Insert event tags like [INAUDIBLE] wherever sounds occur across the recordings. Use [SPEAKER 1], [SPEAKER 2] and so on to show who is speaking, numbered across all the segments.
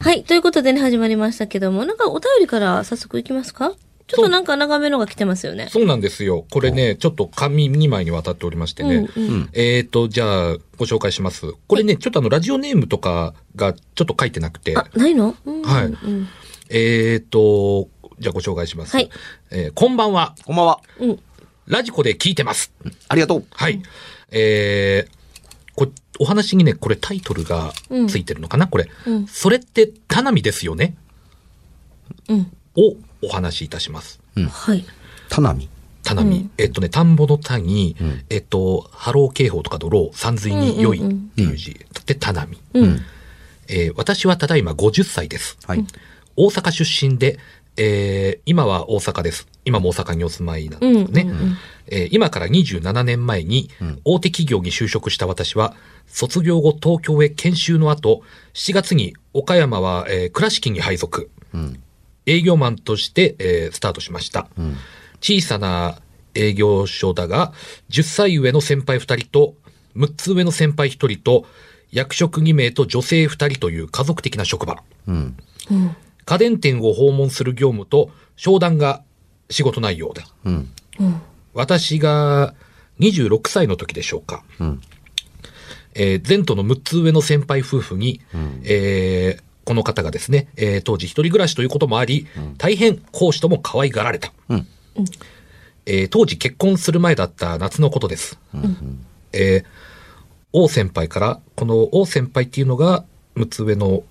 [SPEAKER 1] はい。ということでね、始まりましたけども、なんかお便りから早速いきますかちょっとなんか長めのが来てますよね。
[SPEAKER 2] そうなんですよ。これね、ちょっと紙2枚にわたっておりましてね。
[SPEAKER 1] うんうん
[SPEAKER 2] えっ、と、じゃあ、ご紹介します。これね、ちょっとあの、ラジオネームとかがちょっと書いてなくて。
[SPEAKER 1] あ、ないのうん
[SPEAKER 2] はい
[SPEAKER 1] うん
[SPEAKER 2] えっ、と、じゃあご紹介します。
[SPEAKER 1] はい
[SPEAKER 2] えーこんばんは。
[SPEAKER 3] こんばんは。
[SPEAKER 1] うん。
[SPEAKER 2] ラジコで聞いてます。
[SPEAKER 3] ありがとう。
[SPEAKER 2] はい。えーこお話にね、これタイトルがついてるのかな、これ。
[SPEAKER 1] うん
[SPEAKER 2] それって、田波ですよね
[SPEAKER 1] うん。
[SPEAKER 2] をお話しいたします。
[SPEAKER 1] はい。
[SPEAKER 3] 田波。
[SPEAKER 2] 田波、えっとね、田んぼの田に、
[SPEAKER 3] うん
[SPEAKER 2] えっと、波浪警報とかドロー、山水に良いっていう字。で、田波。
[SPEAKER 1] うん。
[SPEAKER 2] えー私はただいま50歳です。
[SPEAKER 3] はい。
[SPEAKER 2] 大阪出身で、えー今は大阪です。今も大阪にお住まいなん
[SPEAKER 1] う
[SPEAKER 2] で
[SPEAKER 1] ん。
[SPEAKER 2] すね。
[SPEAKER 1] うん
[SPEAKER 2] えー今から27年前に
[SPEAKER 3] ん
[SPEAKER 2] 大手企業に就職した私は、卒業後東京へ研修の後、7月に岡山は、えー倉敷に配属。
[SPEAKER 3] うん。
[SPEAKER 2] 営業マンとして、えースタートしました。
[SPEAKER 3] うん。
[SPEAKER 2] 小さな営業所だが、10歳上の先輩2人と、6つ上の先輩1人と、役職2名と女性2人という家族的な職場。
[SPEAKER 3] うん。
[SPEAKER 1] うん。
[SPEAKER 2] 家電店を訪問する業務と商談が仕事内容だ。
[SPEAKER 3] うん。
[SPEAKER 2] 私が26歳の時でしょうか。
[SPEAKER 3] うん。
[SPEAKER 2] えー前途の6つ上の先輩夫婦に、
[SPEAKER 3] ん
[SPEAKER 2] えーこの方がですね、えー当時一人暮らしということもあり、大変講師とも可愛がられた。
[SPEAKER 3] うん
[SPEAKER 2] えー当時結婚する前だった夏のことです。えー王先輩から、この王先輩っていうのが6つ上の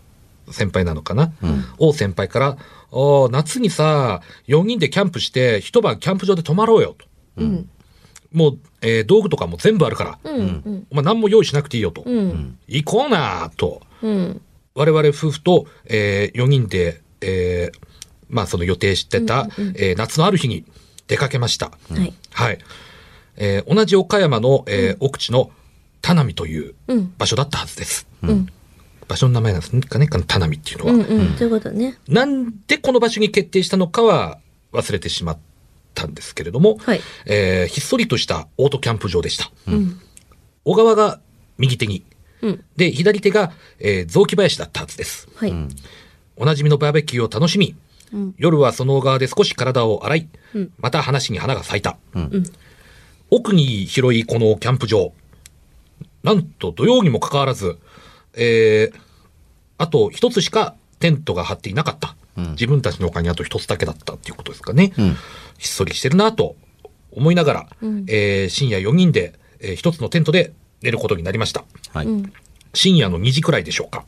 [SPEAKER 2] 先輩なのかな。王先輩から、あー夏にさ、4人でキャンプして、一晩キャンプ場で泊まろうよと。
[SPEAKER 1] うん。
[SPEAKER 2] もう、えー道具とかも全部あるから、
[SPEAKER 1] うん。
[SPEAKER 2] お前何も用意しなくていいよと。
[SPEAKER 1] うん。
[SPEAKER 2] 行こうなと。
[SPEAKER 1] うん。
[SPEAKER 2] 我々夫婦と、え4人で、えーまあその予定してた、えー夏のある日に出かけました。
[SPEAKER 1] はい。
[SPEAKER 2] はい。えー同じ岡山の、えー奥地の田波という
[SPEAKER 1] うん。
[SPEAKER 2] 場所だったはずです。
[SPEAKER 1] うん。
[SPEAKER 2] 場所の名前なんですかね、この田波っていうのは。
[SPEAKER 1] うん。うん。ということね。
[SPEAKER 2] なんでこの場所に決定したのかは忘れてしまったんですけれども、
[SPEAKER 1] はい
[SPEAKER 2] えーひっそりとしたオートキャンプ場でした。
[SPEAKER 1] うん。
[SPEAKER 2] 小川が右手に、
[SPEAKER 1] うん。
[SPEAKER 2] で、左手が、えー雑木林だったはずです。
[SPEAKER 1] はい。
[SPEAKER 2] おなじみのバーベキューを楽しみ、
[SPEAKER 1] うん
[SPEAKER 2] 夜はその小川で少し体を洗い、
[SPEAKER 1] うん
[SPEAKER 2] また話に花が咲いた。
[SPEAKER 1] うん
[SPEAKER 2] 奥に広いこのキャンプ場。なんと土曜にもかかわらず、えー、あと一つしかテントが張っていなかった。自分たちの丘にあと一つだけだったっていうことですかね。
[SPEAKER 3] ん
[SPEAKER 2] ひっそりしてるなと思いながら、えー深夜4人で、えー一つのテントで寝ることになりました。
[SPEAKER 3] はい。
[SPEAKER 1] うん。
[SPEAKER 2] 深夜の2時くらいでしょうか。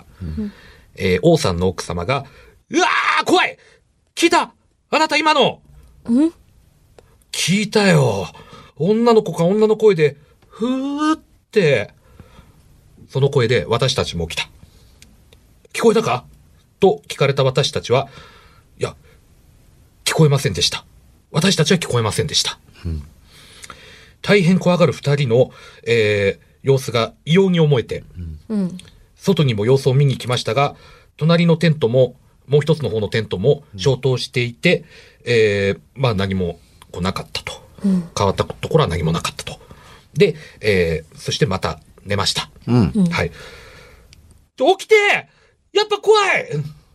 [SPEAKER 2] えー王さんの奥様が、うわー怖い聞いたあなた今の
[SPEAKER 1] うん
[SPEAKER 2] 聞いたよ。女の子か女の声で、ふーって。その声で私たちも起きた。聞こえたかと聞かれた私たちは、いや、聞こえませんでした。私たちは聞こえませんでした。大変怖がる二人の、えー様子が異様に思えて、
[SPEAKER 1] うん。
[SPEAKER 2] 外にも様子を見に来ましたが、隣のテントも、もう一つの方のテントも消灯していて、えーまあ何もこうなかったと。
[SPEAKER 1] うん。
[SPEAKER 2] 変わったところは何もなかったと。で、えーそしてまた寝ました。
[SPEAKER 3] うん。
[SPEAKER 1] うん
[SPEAKER 2] はい。で起きてやっぱ怖い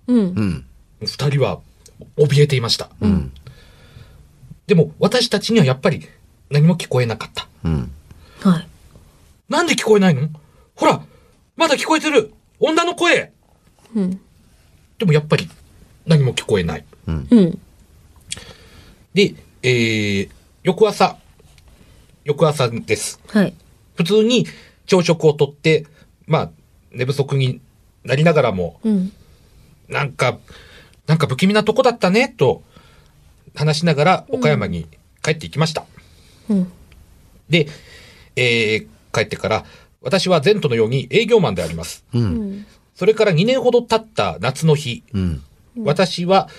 [SPEAKER 1] うん。
[SPEAKER 3] うん。
[SPEAKER 2] 二人は怯えていました。
[SPEAKER 3] うん。
[SPEAKER 2] でも私たちにはやっぱり何も聞こえなかった。
[SPEAKER 3] うん。
[SPEAKER 1] はい。
[SPEAKER 2] なんで聞こえないのほらまだ聞こえてる女の声
[SPEAKER 1] うん。
[SPEAKER 2] でもやっぱり何も聞こえない。
[SPEAKER 1] うん。
[SPEAKER 2] で、えー、翌朝、翌朝です。
[SPEAKER 1] はい。
[SPEAKER 2] 普通に朝食をとって、まあ、寝不足になりながらも、
[SPEAKER 1] うん。
[SPEAKER 2] なんか、なんか不気味なとこだったね、と話しながら岡山に帰っていきました。
[SPEAKER 1] うん。
[SPEAKER 2] で、えー帰ってから、私は前途のように営業マンであります。
[SPEAKER 3] う。
[SPEAKER 1] うんん。
[SPEAKER 2] それから2年ほど経った夏の日、
[SPEAKER 3] うん。
[SPEAKER 2] 私は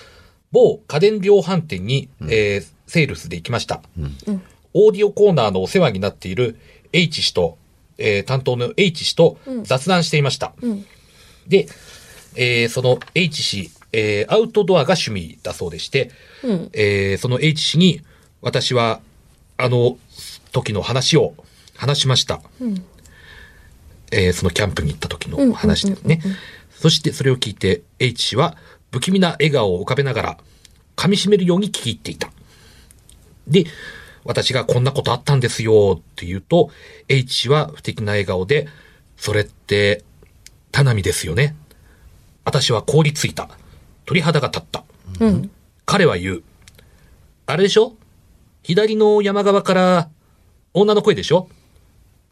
[SPEAKER 2] 某家電量販店に、えーセールスで行きました、
[SPEAKER 1] うん
[SPEAKER 2] オーディオコーナーのお世話になっている H 氏と、えー担当の H 氏と
[SPEAKER 1] うん
[SPEAKER 2] 雑談していました。
[SPEAKER 1] うん。
[SPEAKER 2] で、えーその H 氏、えーアウトドアが趣味だそうでして、
[SPEAKER 1] うん。
[SPEAKER 2] えーその H 氏に私はあの時の話を話しました。
[SPEAKER 1] うん。
[SPEAKER 2] えーそのキャンプに行った時の話ですね。そしてそれを聞いて H 氏は不気味な笑顔を浮かべながら噛み締めるように聞き入っていた。で、私がこんなことあったんですよって言うと、H 氏は不敵な笑顔で、それって、田波ですよね。私は凍りついた。鳥肌が立った。
[SPEAKER 1] うん。
[SPEAKER 2] 彼は言う。あれでしょ左の山側から女の声でしょ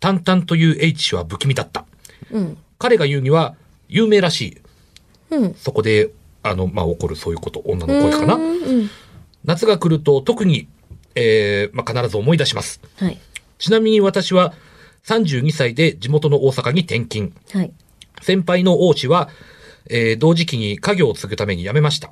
[SPEAKER 2] 淡々という H 氏は不気味だった。
[SPEAKER 1] うん。
[SPEAKER 2] 彼が言うには有名らしい。
[SPEAKER 1] うん。
[SPEAKER 2] そこで、あの、まあ、起こるそういうこと、女の声かな。
[SPEAKER 1] うん。
[SPEAKER 2] 夏が来ると特に、えーまあ、必ず思い出します。
[SPEAKER 1] はい。
[SPEAKER 2] ちなみに私は32歳で地元の大阪に転勤。
[SPEAKER 1] はい。
[SPEAKER 2] 先輩の王氏は、えー同時期に家業を継ぐために辞めました。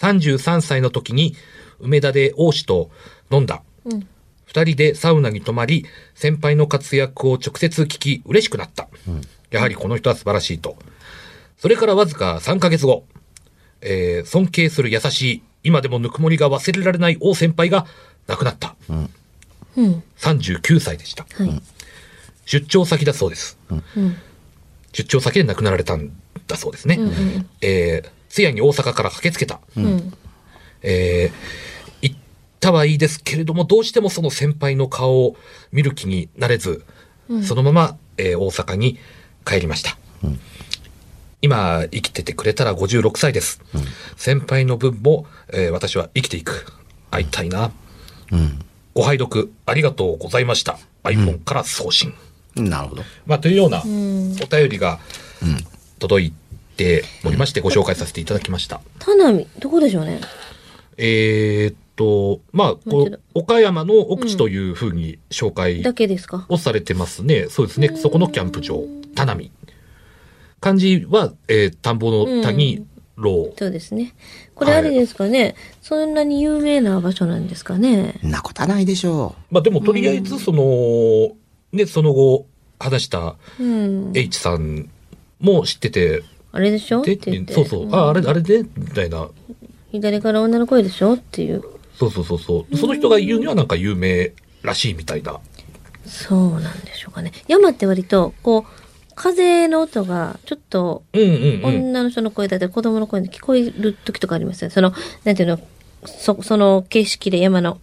[SPEAKER 2] 33歳の時に梅田で王氏と飲んだ。
[SPEAKER 1] うん。
[SPEAKER 2] 二人でサウナに泊まり、先輩の活躍を直接聞き、嬉しくなった。やはりこの人は素晴らしいと。それからわずか3ヶ月後、えー尊敬する優しい、今でもぬくもりが忘れられない王先輩が亡くなった。
[SPEAKER 1] うん。
[SPEAKER 2] 39歳でした。
[SPEAKER 1] はい。
[SPEAKER 2] 出張先だそうです。
[SPEAKER 1] うん。
[SPEAKER 2] 出張先で亡くなられたんだそうですね。
[SPEAKER 1] うん。うん。
[SPEAKER 2] えー、通夜に大阪から駆けつけた。
[SPEAKER 1] うん。
[SPEAKER 2] えー行ったはいいですけれども、どうしてもその先輩の顔を見る気になれず、そのまま、えー大阪に帰りました。今、生きててくれたら56歳です。先輩の分も、えー私は生きていく。会いたいな。ご拝読ありがとうございました。iPhone から送信。
[SPEAKER 3] うん。なるほど。
[SPEAKER 2] まあ、というようなお便りが届いておりまして、ご紹介させていただきました。
[SPEAKER 1] 田波、どこでしょうね。
[SPEAKER 2] えーっと、まあ、
[SPEAKER 1] もう
[SPEAKER 2] こ
[SPEAKER 1] 一度
[SPEAKER 2] う、岡山の奥地というふうに紹介
[SPEAKER 1] だけですか。
[SPEAKER 2] をされてますね。そうですね。そこのキャンプ場、田波。漢字は、えー田んぼの田に、ろう。
[SPEAKER 1] そうですね。これあれですかね。そんなに有名な場所なんですかね。
[SPEAKER 3] んなことはないでしょ
[SPEAKER 2] まあ、でも、とりあえず、その、ね、その後、話した
[SPEAKER 1] うん。
[SPEAKER 2] H さんも知ってて、
[SPEAKER 1] あれでしょっ
[SPEAKER 2] で
[SPEAKER 1] て言って。
[SPEAKER 2] そうそう、あ、あれ、あれで、みたいな。
[SPEAKER 1] 左から女の声でしょっていう。
[SPEAKER 2] そうそうそうそう。その人が言うにはなんか有名らしいみたいな。
[SPEAKER 1] そうなんでしょうかね。山って割と、こう、風の音が、ちょっと、
[SPEAKER 2] うんうんうん。
[SPEAKER 1] 女の人の声だったり、子供の声で聞こえる時とかありますよね。その、なんていうの、そ、その景色で山
[SPEAKER 2] [COUGHS]
[SPEAKER 1] の、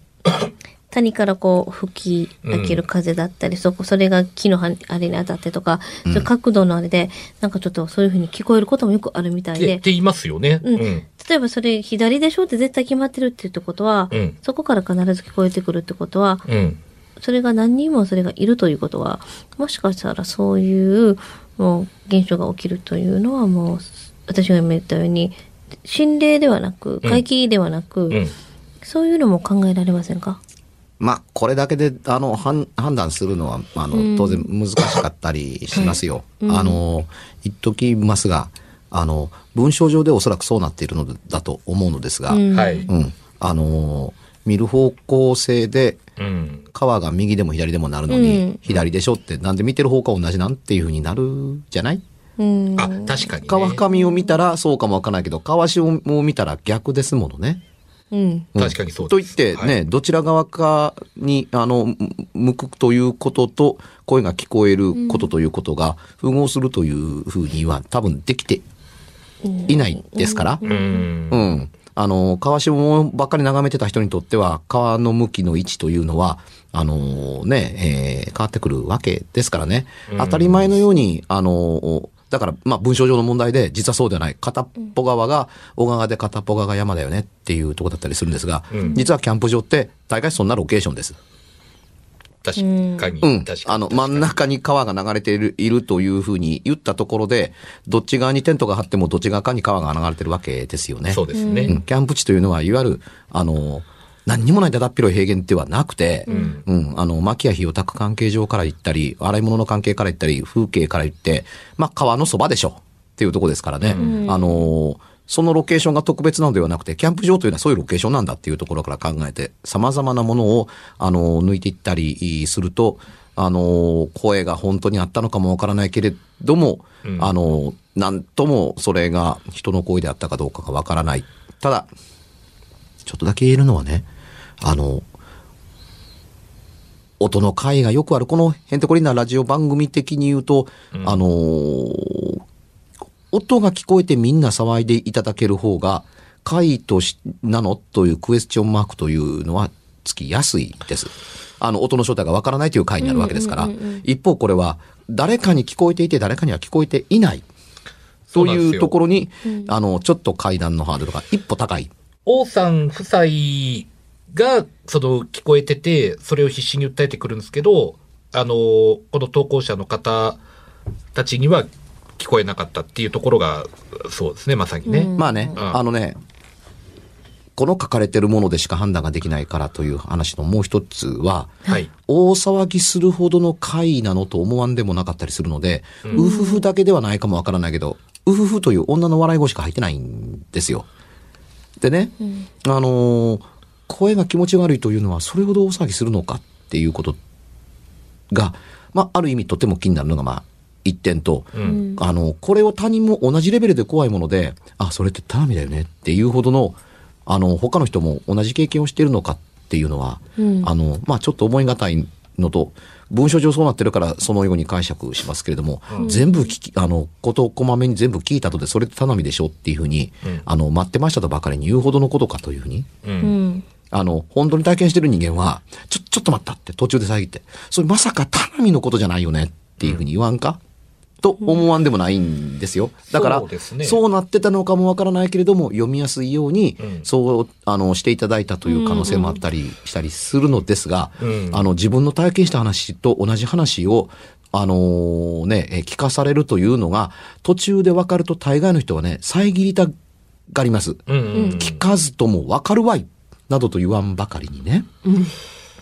[SPEAKER 1] 谷からこう、吹き上げる風だったり、そこ、それが木のはあれに当たってとか、その角度のあれで、なんかちょっとそういう風に聞こえることもよくあるみた
[SPEAKER 2] っ
[SPEAKER 1] い
[SPEAKER 2] てっ
[SPEAKER 1] で、
[SPEAKER 2] て言いますよね。
[SPEAKER 1] うん
[SPEAKER 2] うん
[SPEAKER 1] 例えばそれ左でしょって絶対決まってるって言ってことは、
[SPEAKER 2] うん
[SPEAKER 1] そこから必ず聞こえてくるってことは、
[SPEAKER 2] うん
[SPEAKER 1] それが何人もそれがいるということは、もしかしたらそういう、もう、現象が起きるというのはもう、私が今言ったように、心霊ではなく、怪奇ではなく、
[SPEAKER 2] うん
[SPEAKER 1] そういうのも考えられませんか
[SPEAKER 3] う。まあ、これだけで、あの、判判断するのは、あ
[SPEAKER 1] うん
[SPEAKER 3] の、当然難しかったりしますよ。
[SPEAKER 1] はいうん
[SPEAKER 3] あの、言っときますが、あの、文章上でおそらくそうなっているのだと思うのですが、
[SPEAKER 1] うん
[SPEAKER 2] はい。
[SPEAKER 3] うん、あのー見る方向性で
[SPEAKER 2] うん。
[SPEAKER 3] 川が右でも左でもなるのに、
[SPEAKER 1] うん
[SPEAKER 3] 左でしょってなんで見てる方向同じなんっていうふうになるじゃない
[SPEAKER 1] うん。
[SPEAKER 2] あ、確かに、ね。
[SPEAKER 3] 川上を見たらそうかもわからないけど川下を見たら逆ですものね。
[SPEAKER 1] うん。
[SPEAKER 3] うん
[SPEAKER 2] 確かにそう
[SPEAKER 3] と
[SPEAKER 2] で
[SPEAKER 3] 言っ
[SPEAKER 2] す。
[SPEAKER 3] てね、
[SPEAKER 2] はい。
[SPEAKER 3] どちら側かにあのむ向くということと声が聞こえることということが符合するというふうには多分できていないですから。
[SPEAKER 2] うん
[SPEAKER 3] う。ん。あの、川下ばっかり眺めてた人にとっては、川の向きの位置というのは、あのね、えー変わってくるわけですからね。当たり前のように、あの、だから、まあ、文章上の問題で、実はそうではない。片っぽ側が小川で片っぽ側が山だよねっていうところだったりするんですが、
[SPEAKER 2] うん
[SPEAKER 3] 実はキャンプ場って、大概そんなロケーションです。
[SPEAKER 2] 確かに。
[SPEAKER 3] うん
[SPEAKER 2] 確。かに。
[SPEAKER 3] あの、真ん中に川が流れているいるというふうに言ったところで、どっち側にテントが張っても、どっち側かに川が流れてるわけですよね。
[SPEAKER 2] そうですね。
[SPEAKER 3] うんキャンプ地というのは、いわゆる、あの、何にもないだだっ広い平原ではなくて、うん、あの、薪や火を焚く関係上から行ったり、洗い物の関係から行ったり、風景から行って、まあ、川のそばでしょっていうとこですからね、あの、そのロケーションが特別なのではなくて、キャンプ場というのはそういうロケーションなんだっていうところから考えて、様々なものを、あの、抜いていったりすると、あの、声が本当にあったのかもわからないけれども、あの、なんともそれが人の声であったかどうかがわからない。ただ、ちょっとだけ言えるのはね、あの、音の回がよくある、このへんてこりんなラジオ番組的に言うと、あのー音が聞こえてみんな騒いでいただける方が、回とし、なのというクエスチョンマークというのはつきやすいです。あの、音の正体がわからないという回になるわけですから、一方これは、誰かに聞こえていて誰かには聞こえていない。
[SPEAKER 2] そう
[SPEAKER 3] と
[SPEAKER 2] なんですよ
[SPEAKER 3] いうところに、あの、ちょっと階段のハードルが一歩高い。
[SPEAKER 2] 王さん夫妻が、その、聞こえてて、それを必死に訴えてくるんですけど、あの、この投稿者の方たちには聞こえなかったっていうところが、そうですね、まさにね。
[SPEAKER 3] まあね、
[SPEAKER 2] うん
[SPEAKER 3] あのね、この書かれてるものでしか判断ができないからという話のもう一つは、
[SPEAKER 2] はい。
[SPEAKER 3] 大騒ぎするほどの怪異なのと思わんでもなかったりするので、うふふだけではないかもわからないけど、うふふという女の笑い声しか入ってないんですよ。でね、あのー声が気持ち悪いというのはそれほど大騒ぎするのかっていうことが、まあ、ある意味とても気になるのが、まあ、一点と、
[SPEAKER 2] うん
[SPEAKER 3] あの、これを他人も同じレベルで怖いもので、あ、それってタナミだよねっていうほどの、あの、他の人も同じ経験をしているのかっていうのは、あの、まあ、ちょっと思い難いのと、文章上そうなってるからそのように解釈しますけれども、全部聞き、あの、ことをこまめに全部聞いたとで、それってタナミでしょっていうふうに、あの、待ってましたとばかりに言うほどのことかというふうに、
[SPEAKER 1] うん。
[SPEAKER 3] あの、本当に体験してる人間は、ちょ、ちょっと待ったって、途中で遮って、それまさかタナミのことじゃないよねっていうふうに言わんか、と思わんでもないんですよ。だから、
[SPEAKER 2] そうですね
[SPEAKER 3] そうなってたのかもわからないけれども、読みやすいように、
[SPEAKER 2] うん
[SPEAKER 3] そう、あの、していただいたという可能性もあったりしたりするのですが、
[SPEAKER 2] うん
[SPEAKER 3] あの、自分の体験した話と同じ話を、あのーね、え聞かされるというのが、途中でわかると大概の人はね、遮りたがります。
[SPEAKER 2] うんうん
[SPEAKER 3] 聞かずともわかるわいなどと言わんばかりにね。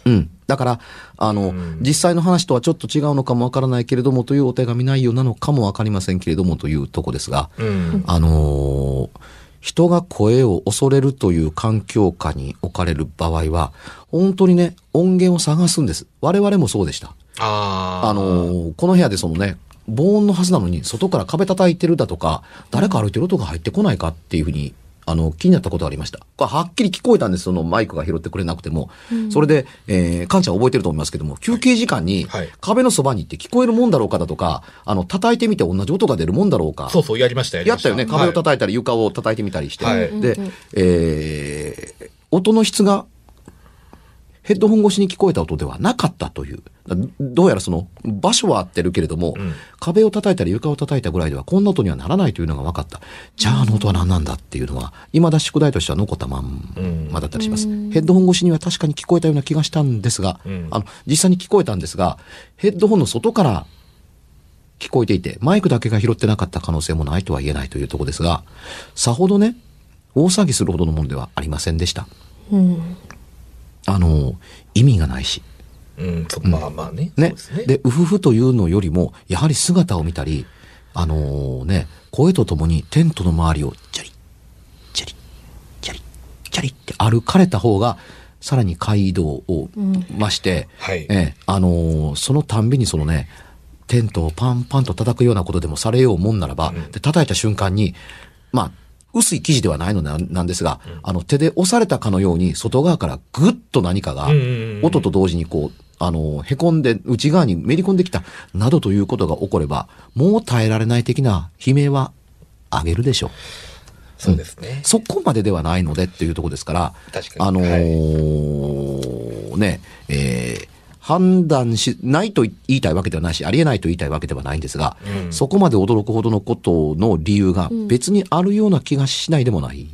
[SPEAKER 3] うん。だから、あの、実際の話とはちょっと違うのかもわからないけれどもというお手紙内容なのかもわかりませんけれどもというとこですが、
[SPEAKER 2] うん。
[SPEAKER 3] あのー人が声を恐れるという環境下に置かれる場合は、本当にね、音源を探すんです。我々もそうでした。
[SPEAKER 2] ああ。
[SPEAKER 3] あのーこの部屋でそのね、防音のはずなのに、外から壁叩いてるだとか、誰か歩いてる音が入ってこないかっていうふうに、あの、気になったことがありました。これはっきり聞こえたんです、そのマイクが拾ってくれなくても。それで、えー、かんちゃん覚えてると思いますけども、休憩時間に
[SPEAKER 2] はい、
[SPEAKER 3] 壁のそばに行って聞こえるもんだろうかだとか、あの、叩いてみて同じ音が出るもんだろうか。
[SPEAKER 2] そうそう、やりました、やり
[SPEAKER 3] や
[SPEAKER 2] ま
[SPEAKER 3] っ
[SPEAKER 2] したた。
[SPEAKER 3] よね。壁を
[SPEAKER 2] はい
[SPEAKER 3] 叩いたり、床を叩いてみたりして。
[SPEAKER 2] はい
[SPEAKER 3] で、えー音の質がヘッドホン越しに聞こえた音ではなかったという。だどうやらその場所は合ってるけれども、壁を叩いたり床を叩いたぐらいではこんな音にはならないというのが分かった。じゃああの音は何なんだっていうのは、未だ宿題としては残ったまんまだったりします。ヘッドホン越しには確かに聞こえたような気がしたんですが、
[SPEAKER 2] うん
[SPEAKER 3] あの、実際に聞こえたんですが、ヘッドホンの外から聞こえていて、マイクだけが拾ってなかった可能性もないとは言えないというところですが、さほどね、大騒ぎするほどのものではありませんでした。あの、意味がないし。
[SPEAKER 2] うん、そまあまあね。
[SPEAKER 3] ね
[SPEAKER 2] そうです。ね。
[SPEAKER 3] で、うふふというのよりも、やはり姿を見たり、あのね、声とともにテントの周りを、チャリ、チャリ、チャリ、チャリって歩かれた方が、さらに街道を増して、
[SPEAKER 2] はい
[SPEAKER 3] ええ、あのーそのたんびにそのね、テントをパンパンと叩くようなことでもされようもんならば、で叩いた瞬間に、まあ、薄い生地ではないのななんですが、あの手で押されたかのように外側からぐっと何かが
[SPEAKER 2] うんうんうん、
[SPEAKER 3] 音と同時にこう、あの、へこんで内側にめり込んできた、などということが起これば、もう耐えられない的な悲鳴は上げるでしょう。
[SPEAKER 2] そうですね。
[SPEAKER 3] そこまでではないのでっていうところですから、
[SPEAKER 2] 確かに
[SPEAKER 3] あのーね、えー判断しないと言いたいわけではないし、ありえないと言いたいわけではないんですが、
[SPEAKER 2] うん
[SPEAKER 3] そこまで驚くほどのことの理由が別にあるような気がしないでもない。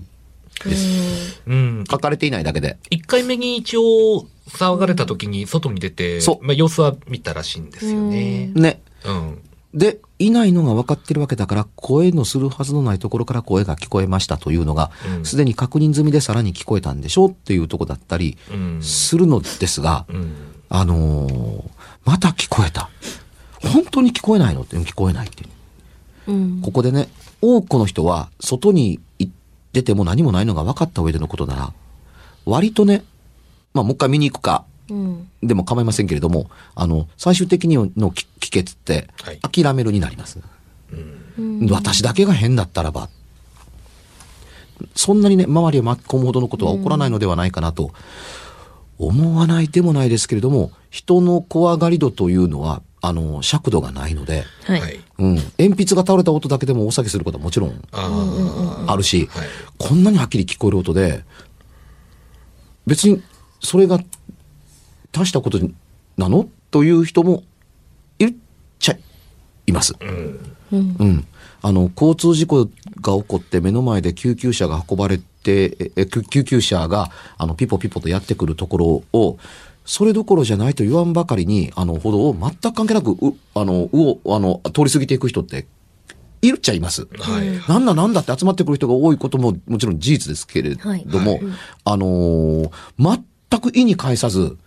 [SPEAKER 2] うん。
[SPEAKER 3] 書かれていないだけで。
[SPEAKER 2] 一回目に一応、騒がれた時に外に出て、
[SPEAKER 3] そう
[SPEAKER 2] まあ様子は見たらしいんですよね。
[SPEAKER 3] ね。
[SPEAKER 2] うん。
[SPEAKER 3] で、いないのが分かってるわけだから、声のするはずのないところから声が聞こえましたというのが
[SPEAKER 2] う、ん
[SPEAKER 3] すでに確認済みでさらに聞こえたんでしょうっていうとこだったり
[SPEAKER 2] うん。
[SPEAKER 3] するのですが、
[SPEAKER 2] うん。
[SPEAKER 3] あのーまた聞こえた。本当に聞こえないのって、聞こえないっていう。
[SPEAKER 1] うん。
[SPEAKER 3] ここでね、多くの人は外に出ても何もないのが分かった上でのことなら、割とね、まあもう一回見に行くか、
[SPEAKER 1] うん。
[SPEAKER 3] でも構いませんけれども、あの、最終的にのき帰結って
[SPEAKER 2] はい、
[SPEAKER 3] 諦めるになります。
[SPEAKER 1] うん
[SPEAKER 3] 私だけが変だったらば、そんなにね、周りを巻き込むほどのことは起こらないのではないかなと、思わないでもないですけれども、人の怖がり度というのは、あの、尺度がないので、
[SPEAKER 1] はい。
[SPEAKER 2] はい。
[SPEAKER 3] うん、鉛筆が倒れた音だけでも大騒ぎすることはもちろん
[SPEAKER 2] ああ、
[SPEAKER 3] あるし、
[SPEAKER 2] はい
[SPEAKER 3] こんなにはっきり聞こえる音で、別にそれが大したことなのという人もいっちゃいます。
[SPEAKER 1] うん。
[SPEAKER 3] うん、あの交通事故が起こって目の前で救急車が運ばれてええ救救急車があのピポピポとやってくるところをそれどころじゃないと言わんばかりにあの歩道を全く関係なくうあのうをあの通り過ぎていく人っているっちゃいます。
[SPEAKER 2] はい。
[SPEAKER 3] なんだなんだって集まってくる人が多いことももちろん事実ですけれども、
[SPEAKER 2] はい
[SPEAKER 3] あのー全く意に介さず、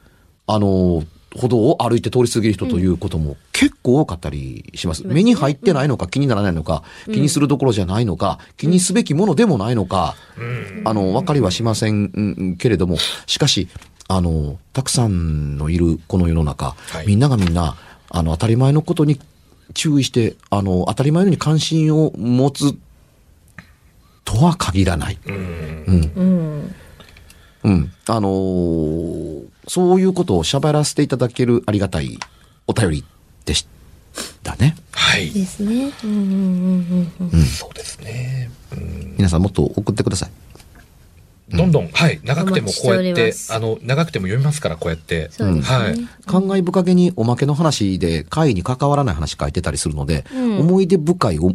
[SPEAKER 3] あのー歩道を歩いて通り過ぎる人ということも結構多かったりします。
[SPEAKER 1] ますね
[SPEAKER 3] 目に入ってないのか気にならないのか、気にするどころじゃないのか、気にすべきものでもないのか、あの、わかりはしませんうんけれども、しかし、あの、たくさんのいるこの世の中、
[SPEAKER 2] はい
[SPEAKER 3] みんながみんな、あの、当たり前のことに注意して、あの、当たり前のように関心を持つとは限らない。
[SPEAKER 1] うん。
[SPEAKER 3] うん。あのーそういうことを喋らせていただけるありがたいお便りでしたね。
[SPEAKER 2] はい。
[SPEAKER 1] ですね。うんうんうんうんうん。
[SPEAKER 2] そうですね。
[SPEAKER 3] 皆さんもっと送ってください。
[SPEAKER 2] どんどん、はい、長くてもこうや
[SPEAKER 1] お待ちし
[SPEAKER 2] って
[SPEAKER 1] おり
[SPEAKER 2] て
[SPEAKER 1] ま、す
[SPEAKER 2] あの、長くても読みますから、こうやって。
[SPEAKER 1] そうですね。
[SPEAKER 2] はい。
[SPEAKER 3] 感慨深げにおまけの話で会に関わらない話書いてたりするので、
[SPEAKER 1] うん
[SPEAKER 3] 思い出深いお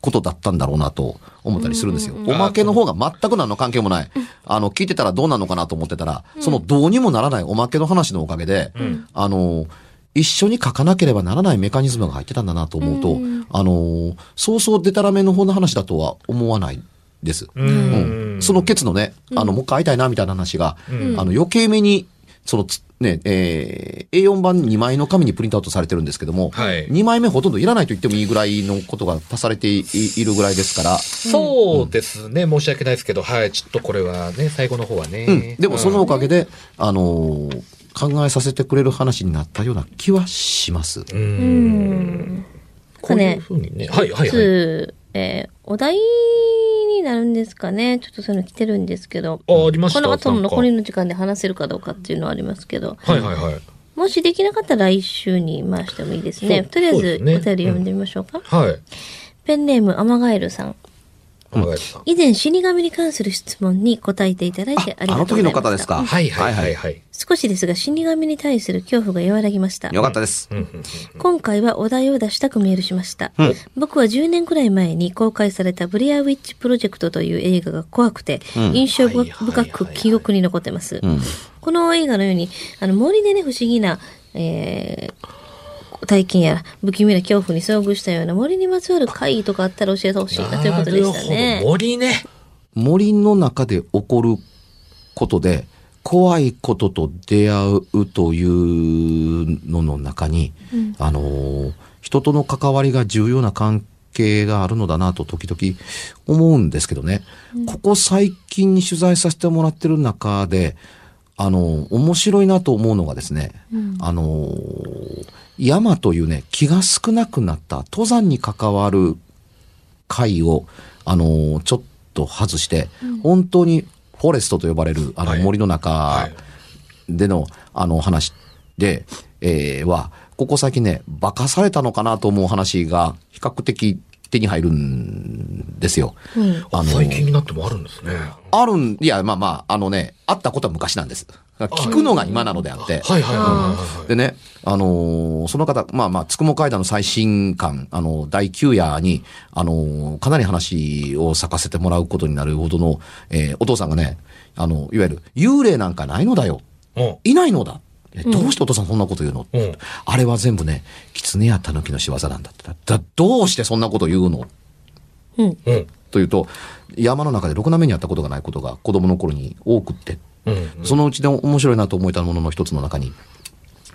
[SPEAKER 3] ことだったんだろうなと思ったりするんですよ。おまけの方が全く何の関係もない。あの、聞いてたらどうなのかなと思ってたら、そのどうにもならないおまけの話のおかげで、あの、一緒に書かなければならないメカニズムが入ってたんだなと思うと、あの、そうそうデタラメの方の話だとは思わないです。うんそのケツのね、あの、もう一回会いたいなみたいな話が、あの、余計めに、そのつ、ね、えー A4 版2枚の紙にプリントアウトされてるんですけども、
[SPEAKER 2] はい
[SPEAKER 3] 2枚目ほとんどいらないと言ってもいいぐらいのことが足されていいるぐらいですから、
[SPEAKER 2] そうですね。申し訳ないですけど、はい。ちょっとこれはね、最後の方はね。
[SPEAKER 3] うん、でもそのおかげで、あのー考えさせてくれる話になったような気はします。
[SPEAKER 2] うん、う。
[SPEAKER 1] うんん。
[SPEAKER 2] こういうふうにね。はい、はい、はい。
[SPEAKER 1] つ、えーお題になるんですかね。ちょっとそういうの来てるんですけど。
[SPEAKER 2] あ、ありました
[SPEAKER 1] この後の残り
[SPEAKER 2] なん
[SPEAKER 1] の時間で話せるかどうかっていうのはありますけど。
[SPEAKER 2] かはい、はい、はい。
[SPEAKER 1] もしできなかったら来週に回してもいいですね。
[SPEAKER 2] そう
[SPEAKER 1] とりあえ
[SPEAKER 2] そう
[SPEAKER 1] ず
[SPEAKER 2] です
[SPEAKER 1] お
[SPEAKER 2] ね
[SPEAKER 1] 便り読んでみましょうか。
[SPEAKER 2] はい。
[SPEAKER 1] ペンネーム、アマガエルさん。
[SPEAKER 2] 浜田さん。
[SPEAKER 1] 以前死神に関する質問に答えていただいてありが
[SPEAKER 3] あ
[SPEAKER 1] とうござ
[SPEAKER 3] の時
[SPEAKER 1] いま
[SPEAKER 3] の
[SPEAKER 1] した。
[SPEAKER 3] 方ですか。
[SPEAKER 2] はい、はい、はい、はい。
[SPEAKER 1] 少しですが死神に対する恐怖が和らぎました。
[SPEAKER 3] よかったです。
[SPEAKER 2] うんうん
[SPEAKER 1] 今回はお題を出したくメールしました。
[SPEAKER 3] うん
[SPEAKER 1] 僕は10年くらい前に公開されたブレアウィッチプロジェクトという映画が怖くて、印象
[SPEAKER 2] はいはい
[SPEAKER 1] 深く記憶に残ってます。
[SPEAKER 3] うん。
[SPEAKER 1] この映画のように、あの森でね、不思議な、えー体験や不気味な恐怖に遭遇したような森にまつわる怪異とかあったら教えてほしいなということでした
[SPEAKER 2] なるほど
[SPEAKER 1] ね。
[SPEAKER 2] 森ね。
[SPEAKER 3] 森の中で起こることで、怖いことと出会うというのの中に、あのー人との関わりが重要な関係があるのだなと時々思うんですけどね、ここ最近取材させてもらってる中で、あのー面白いなと思うのがですね、あのー山というね、気が少なくなった登山に関わる回を、あのーちょっと外して、本当にフォレストと呼ばれるあ
[SPEAKER 2] は
[SPEAKER 3] の
[SPEAKER 2] い
[SPEAKER 3] 森の中、
[SPEAKER 2] はい
[SPEAKER 3] での、あの、話で、えーは、ここ最近ね、化かされたのかなと思う話が、比較的手に入るんですよ。
[SPEAKER 1] うん
[SPEAKER 3] あの
[SPEAKER 2] 最近になってもあるんですね。
[SPEAKER 3] あるん、いや、まあまあ、あのね、あったことは昔なんです。聞くのが今なのであって。
[SPEAKER 2] はい、はい、はいはい
[SPEAKER 3] でね、あのーその方、まあまあ、つくも会談の最新刊、あの、第9夜に、あのーかなり話を咲かせてもらうことになるほどの、えーお父さんがね、あの、いわゆる、幽霊なんかないのだよ。
[SPEAKER 2] はい。うん。
[SPEAKER 3] いないのだ。えどうしてお父さんそんなこと言うの、
[SPEAKER 2] うん
[SPEAKER 3] あれは全部ね、狐や狸の仕業なんだって。だだどうしてそんなこと言うの
[SPEAKER 1] うん。
[SPEAKER 2] うん。
[SPEAKER 3] というと、山の中でろくな目にあったことがないことが子供の頃に多くって、
[SPEAKER 2] うん。
[SPEAKER 3] そのうちで面白いなと思えたものの一つの中に、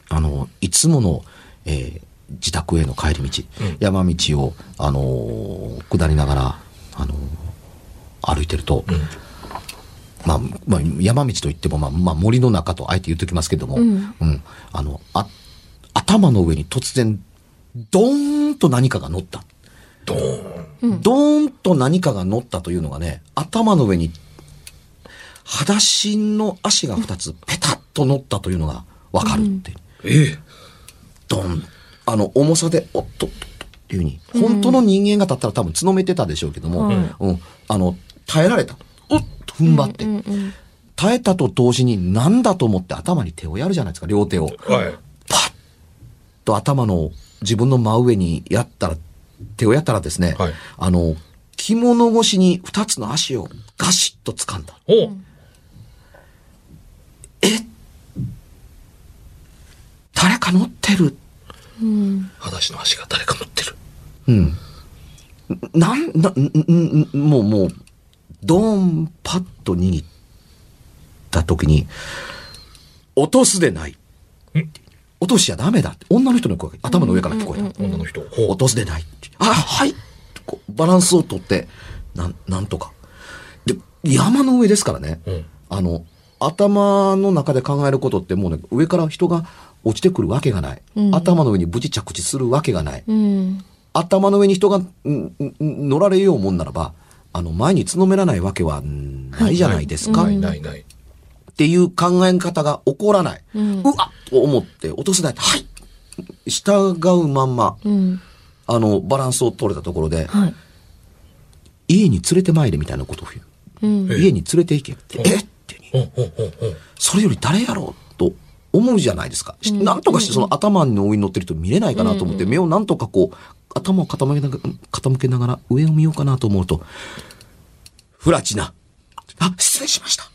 [SPEAKER 3] あの、いつもの、えー自宅への帰り道、山道を、あのー下りながら、あのー歩いてると、まあ、まあ、山道といっても、まあ、まあ、森の中とあえて言っときますけども、
[SPEAKER 1] うん
[SPEAKER 3] うんあの、あ、頭の上に突然、ドーンと何かが乗った。
[SPEAKER 2] ドーン。
[SPEAKER 3] ドーンと何かが乗ったというのがね、頭の上に、裸足の足が2つ、ペタッと乗ったというのがわかるって。
[SPEAKER 2] ええ。
[SPEAKER 3] ドンあの、重さで、おっとっとっとっていうふうに、本当の人間が立ったら多分角めてたでしょうけども、
[SPEAKER 1] はい
[SPEAKER 3] うん、あの、耐えられた。おっと踏ん張って。
[SPEAKER 1] うんうん
[SPEAKER 3] 耐えたと同時に何だと思って頭に手をやるじゃないですか、両手を。
[SPEAKER 2] はい。
[SPEAKER 3] と頭の自分の真上にやったら、手をやったらですね、
[SPEAKER 2] はい
[SPEAKER 3] あの、着物越しに二つの足をガシッと掴んだ。
[SPEAKER 2] おう
[SPEAKER 3] 誰か乗ってる。
[SPEAKER 1] うん
[SPEAKER 2] 裸足の足が誰か乗ってる。
[SPEAKER 3] うん。なん、な、んんんもう、もう、ドーン、パッと握った時に、落とすでない。落としちゃダメだって。女の人の声が頭の上から聞こえた。
[SPEAKER 2] 女の人。
[SPEAKER 3] 落
[SPEAKER 2] ほ
[SPEAKER 3] とすでない。あ、はい。こうバランスをとって、なん、なんとか。で、山の上ですからね。
[SPEAKER 2] う。うん。
[SPEAKER 3] あの、頭の中で考えることってもうね、上から人が落ちてくるわけがない。
[SPEAKER 1] うん
[SPEAKER 3] 頭の上に無事着地するわけがない。
[SPEAKER 1] うん
[SPEAKER 3] 頭の上に人が、んんん乗られようもんならば、あの、前につのめらないわけはんないじゃないですか。
[SPEAKER 2] ない
[SPEAKER 3] っ
[SPEAKER 2] ないない。
[SPEAKER 3] ていう考え方が起こらない。う
[SPEAKER 1] うん
[SPEAKER 3] わっと思って、落とせない。はい従うまんま、
[SPEAKER 1] うん
[SPEAKER 3] あの、バランスを取れたところで、
[SPEAKER 1] はい
[SPEAKER 3] 家に連れて参れみたいなことを言う。
[SPEAKER 1] うん
[SPEAKER 3] 家に連れて行けって。
[SPEAKER 2] え
[SPEAKER 3] えってに。
[SPEAKER 2] おうおうおうおう
[SPEAKER 3] それより誰やろうと思うじゃないですか。しなんとかしてその頭の上に乗ってる人見れないかなと思って、目をなんとかこう、頭を傾けながら、傾けながら上を見ようかなと思うと、フラチナ。あ、失礼しました。で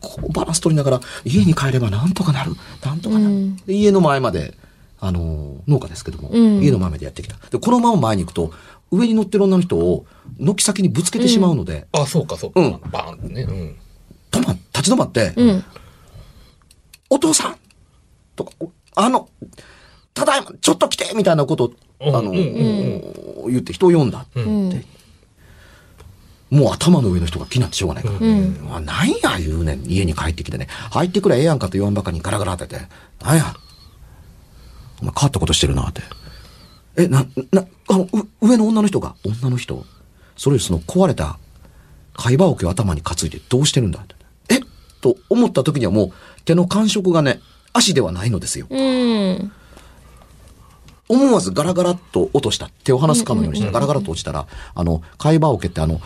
[SPEAKER 3] こうバランス取りながら、家に帰ればなんとかなる。なんとかなる。
[SPEAKER 1] うん
[SPEAKER 3] で家の前まで、あのー農家ですけども、
[SPEAKER 1] うん
[SPEAKER 3] 家の前までやってきた。で、このまま前に行くと、上に乗ってる女の人を、軒先にぶつけてしまうので、
[SPEAKER 2] あ、そうか、そうか。
[SPEAKER 3] うん
[SPEAKER 2] バーンってね。うん。
[SPEAKER 3] 止ま、立ち止まって、
[SPEAKER 1] うん
[SPEAKER 3] お父さんとか、おあの、ただいま、ちょっと来てみたいなことを、あ
[SPEAKER 2] うん
[SPEAKER 3] の、
[SPEAKER 2] うん
[SPEAKER 3] 言って人を呼んだ。
[SPEAKER 1] うん
[SPEAKER 3] もう頭の上の人が気になってしょうがないから。
[SPEAKER 1] ん
[SPEAKER 3] あなんや言うねん。家に帰ってきてね。入ってくれええやんかと言わんばかりにガラガラ当てて。なんや。お前変わったことしてるなって。え、な、な、あの、う上の女の人が、女の人それよりその壊れた貝羽桶を頭に担いでどうしてるんだって。えと思った時にはもう手の感触がね、足ではないのですよ。
[SPEAKER 1] うん
[SPEAKER 3] 思わずガラガラっと落とした。手を離すかのようにしたら、ガラガラっと落ちたら、あの、貝羽桶ってあの、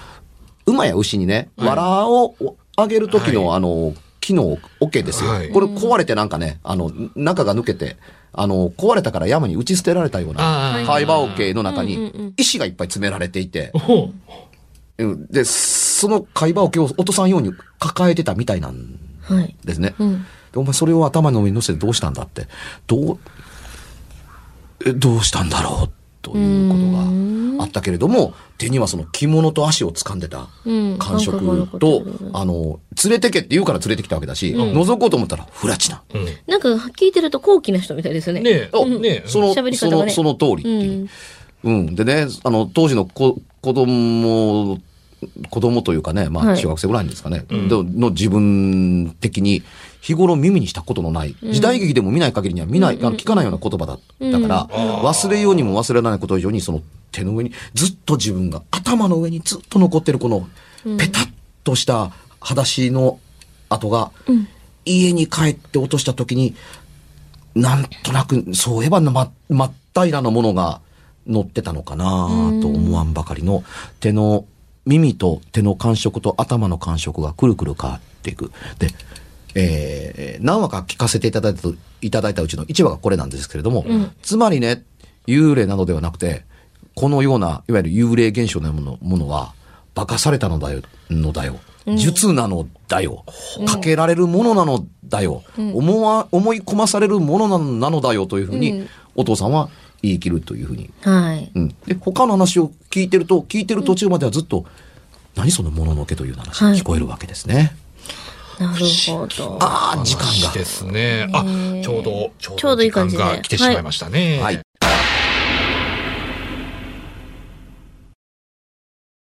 [SPEAKER 3] 馬や牛にね、藁をあげる時の、
[SPEAKER 2] は
[SPEAKER 3] あの、木の桶ですよ、
[SPEAKER 2] はい
[SPEAKER 3] これ壊れてなんかね、あの、中が抜けて、あの、壊れたから山に打ち捨てられたような、
[SPEAKER 2] あー
[SPEAKER 3] 貝羽桶の中
[SPEAKER 1] うん
[SPEAKER 3] に
[SPEAKER 1] うんうん
[SPEAKER 3] 石がいっぱい詰められていて、
[SPEAKER 2] ほう。
[SPEAKER 3] うんで、その貝羽桶を落とさんように抱えてたみたいなん
[SPEAKER 1] はい
[SPEAKER 3] ですね。
[SPEAKER 1] うん
[SPEAKER 3] でお前それを頭の上に乗せてどうしたんだって、どう、えどうしたんだろうということがあったけれども、手にはその着物と足を掴んでた
[SPEAKER 1] うん
[SPEAKER 3] 感触
[SPEAKER 1] 感覚が
[SPEAKER 3] と
[SPEAKER 1] 残ってる、
[SPEAKER 3] あの、連れてけって言うから連れてきたわけだし、覗こうと思ったらフラチナ。
[SPEAKER 2] うん。
[SPEAKER 1] なんか聞いてると高貴な人みたいですよね
[SPEAKER 2] ねえ。
[SPEAKER 3] お
[SPEAKER 2] ねえ。
[SPEAKER 3] その、
[SPEAKER 1] 喋り
[SPEAKER 3] そ
[SPEAKER 1] 方が
[SPEAKER 3] の、
[SPEAKER 1] ね
[SPEAKER 3] その通りっていう。うん。でね、あの、当時の子、子供、子供というかね、ま
[SPEAKER 1] は
[SPEAKER 3] あ、
[SPEAKER 1] い
[SPEAKER 3] 小学生ぐらいですかね、での自分的に、日頃耳にしたことのない、時代劇でも見ない限りには見ない、あの聞かないような言葉だったから、忘れようにも忘れられないこと以上に、その手の上に、ずっと自分が、頭の上にずっと残ってるこの、ペタッとした裸足の跡が、家に帰って落とした時に、なんとなく、そういえばな、ま、真っ平らのものが乗ってたのかなと思わんばかりの、手の、耳と手の感触と頭の感触がくるくる変わっていく。で、えー何話か聞かせていただいたと、いただいたうちの1話がこれなんですけれども、つまりね、幽霊などではなくて、このような、いわゆる幽霊現象のようなものものは、化かされたのだよ、のだよ。術なのだよ。かけられるものなのだよ。思わ、思い込まされるものなのなのだよというふうに、お父さんは言い切るというふうに。
[SPEAKER 1] はい
[SPEAKER 3] うん。で、他の話を聞いてると、聞いてる途中まではずっと、何そのもののけという話が聞こえるわけですね。
[SPEAKER 1] なるほど
[SPEAKER 3] ああ、時間
[SPEAKER 2] 話
[SPEAKER 3] が。
[SPEAKER 2] ですね。あ、ちょうど、ち
[SPEAKER 1] ちょうどいい感じで
[SPEAKER 2] 時間が来てしまいましたね。
[SPEAKER 3] はい